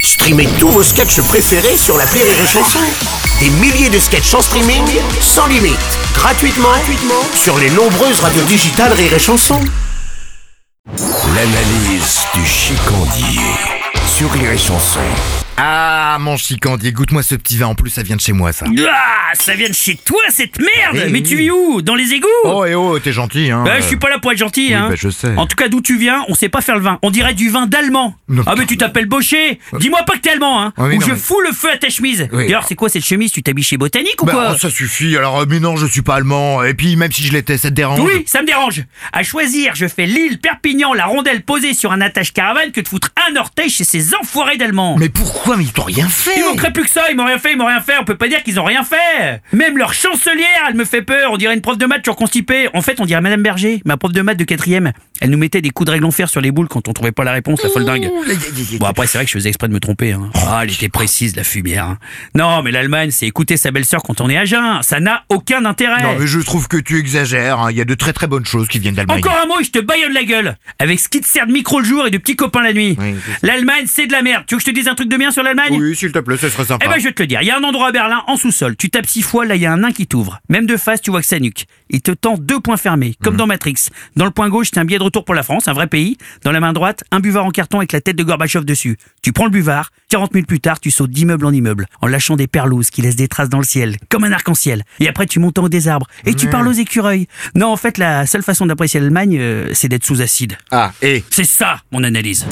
Streamez tous vos sketchs préférés sur la Rire et Chanson. Des milliers de sketchs en streaming, sans limite, gratuitement, gratuitement sur les nombreuses radios digitales Rire et Chanson. L'analyse du chicandier sur Rire et Chanson. Ah, mon chicandier, goûte-moi ce petit vin. En plus, ça vient de chez moi, ça. Ah, ça vient de chez toi cette merde Eh Mais oui. tu vis où Dans les égouts Oh, et oh, t'es gentil, hein. Bah, je suis pas là pour être gentil, hein. bah, je sais. En tout cas, d'où tu viens, on sait pas faire le vin. On dirait du vin d'allemand. Non. Ah, mais tu t'appelles Bochet Dis-moi pas que t'es allemand, hein. Ah, mais ou non, je mais- fous le feu à ta chemise. Oui. D'ailleurs, c'est quoi cette chemise Tu t'habilles chez Botanique ou Bah, quoi oh, ça suffit. Alors, euh, mais non, je suis pas allemand. Et puis, même si je l'étais, ça te dérange. Oui, ça me dérange. À choisir, je fais l'île Perpignan, la rondelle posée sur un attache caravane que de foutre un orteil chez ces enfoirés d'allemands. Mais pourquoi Mais ils t'ont rien fait. Ils manquerait plus que ça, ils m'ont rien fait, ils m'ont rien fait, on peut pas dire qu'ils ont rien fait Même leur chancelière, elle me fait peur, on dirait une prof de maths surconstipée En fait, on dirait Madame Berger, ma prof de maths de quatrième. Elle nous mettait des coups de règle en fer sur les boules quand on trouvait pas la réponse, la folle dingue Bon après, c'est vrai que je faisais exprès de me tromper. Oh, hein. Ah, elle était précise, la fumière. hein. Non, mais l'Allemagne, c'est écouter sa belle-sœur quand on est à jeun, ça n'a aucun intérêt Non, mais je trouve que tu exagères. hein. Il y a de très très bonnes choses qui viennent d'Allemagne. encore un mot et je te baillonne la gueule Avec ce qui te sert de micro le jour et de petits copains la nuit Oui, c'est ça. L'Allemagne, c'est de la merde Tu veux que je te dise un truc de bien sur l'Allemagne Oui, s'il te plaît, ce serait sympa. Eh ben, je vais te le dire. Il y a un endroit à Berlin, en sous-sol. Tu tapes six fois, là, il y a un nain qui t'ouvre. Même de face, tu vois que sa nuque. Il te tend deux points fermés, comme dans Matrix. Dans le point gauche, c'est un billet de retour pour la France, un vrai pays. Dans la main droite, un buvard en carton avec la tête de Gorbatchev dessus. Tu prends le buvard. 40 minutes plus tard, tu sautes d'immeuble en immeuble, en lâchant des perlouses qui laissent des traces dans le ciel, comme un arc-en-ciel. Et après, tu montes en haut des arbres. Et tu parles aux écureuils. Non, en fait, la seule façon d'apprécier l'Allemagne, euh, c'est d'être sous acide. Ah, et C'est ça, mon analyse.